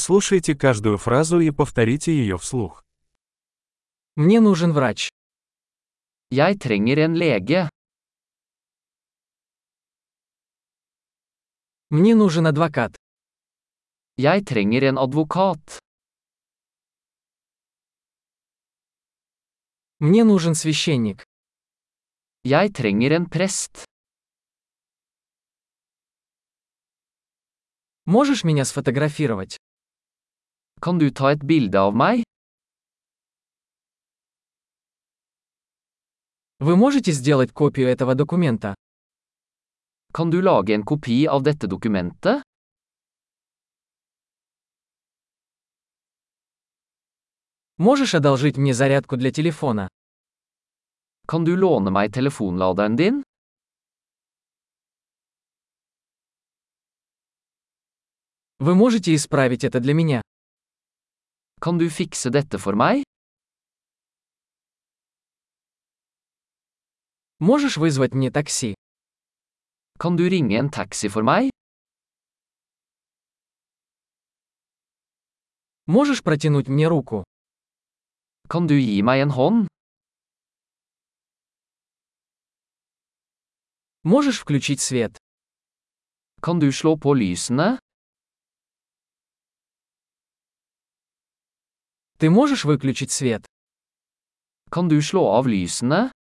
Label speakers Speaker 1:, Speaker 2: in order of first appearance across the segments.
Speaker 1: Прослушайте каждую фразу и повторите ее вслух.
Speaker 2: Мне нужен врач. Jeg trenger en lege. Мне нужен адвокат. Jeg trenger en advokat. Мне нужен священник. Jeg trenger en prest. Можешь меня сфотографировать? Kan du ta et bilde av meg? Вы можете сделать копию этого документа? Kan du lage en kopi av dette dokumentet? Можешь одолжить мне зарядку для телефона? Kan du låne meg telefonladeren din? Вы можете исправить это для меня? Kan du fikse dette for meg? Можешь вызвать мне такси? Kan du ringe en taxi for meg? Можешь протянуть мне руку? Kan du gi meg en hånd? Можешь включить свет? Kan du slå på lysene? Ты можешь выключить свет? Kan du slå av lysene?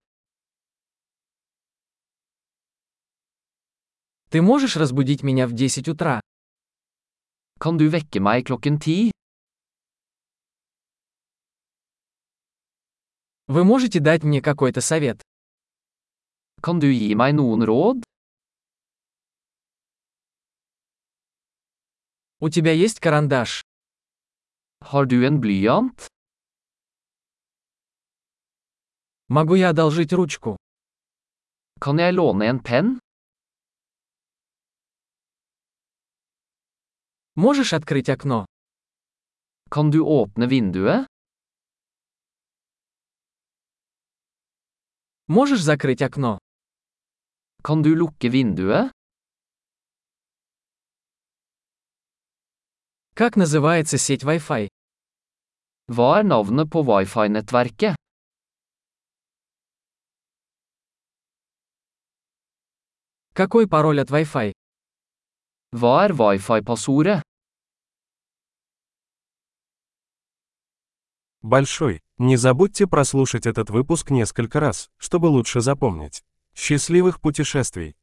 Speaker 2: Ты можешь разбудить меня в 10 утра? Kan du vekke meg klokken 10? Вы можете дать мне какой-то совет? Kan du gi meg noen råd? У тебя есть карандаш? Har du en blyant? Могу я одолжить ручку? Kan jeg låne en penn? Можешь открыть окно? Kan du åpne vinduet? Можешь закрыть окно? Kan du lukke vinduet? Как называется сеть Wi-Fi? Hva er navnet på wifi-nettverket? Какой пароль от Wi-Fi? Hva er wifi-passordet?
Speaker 1: Большой. Не забудьте прослушать этот выпуск несколько раз, чтобы лучше запомнить. Счастливых путешествий!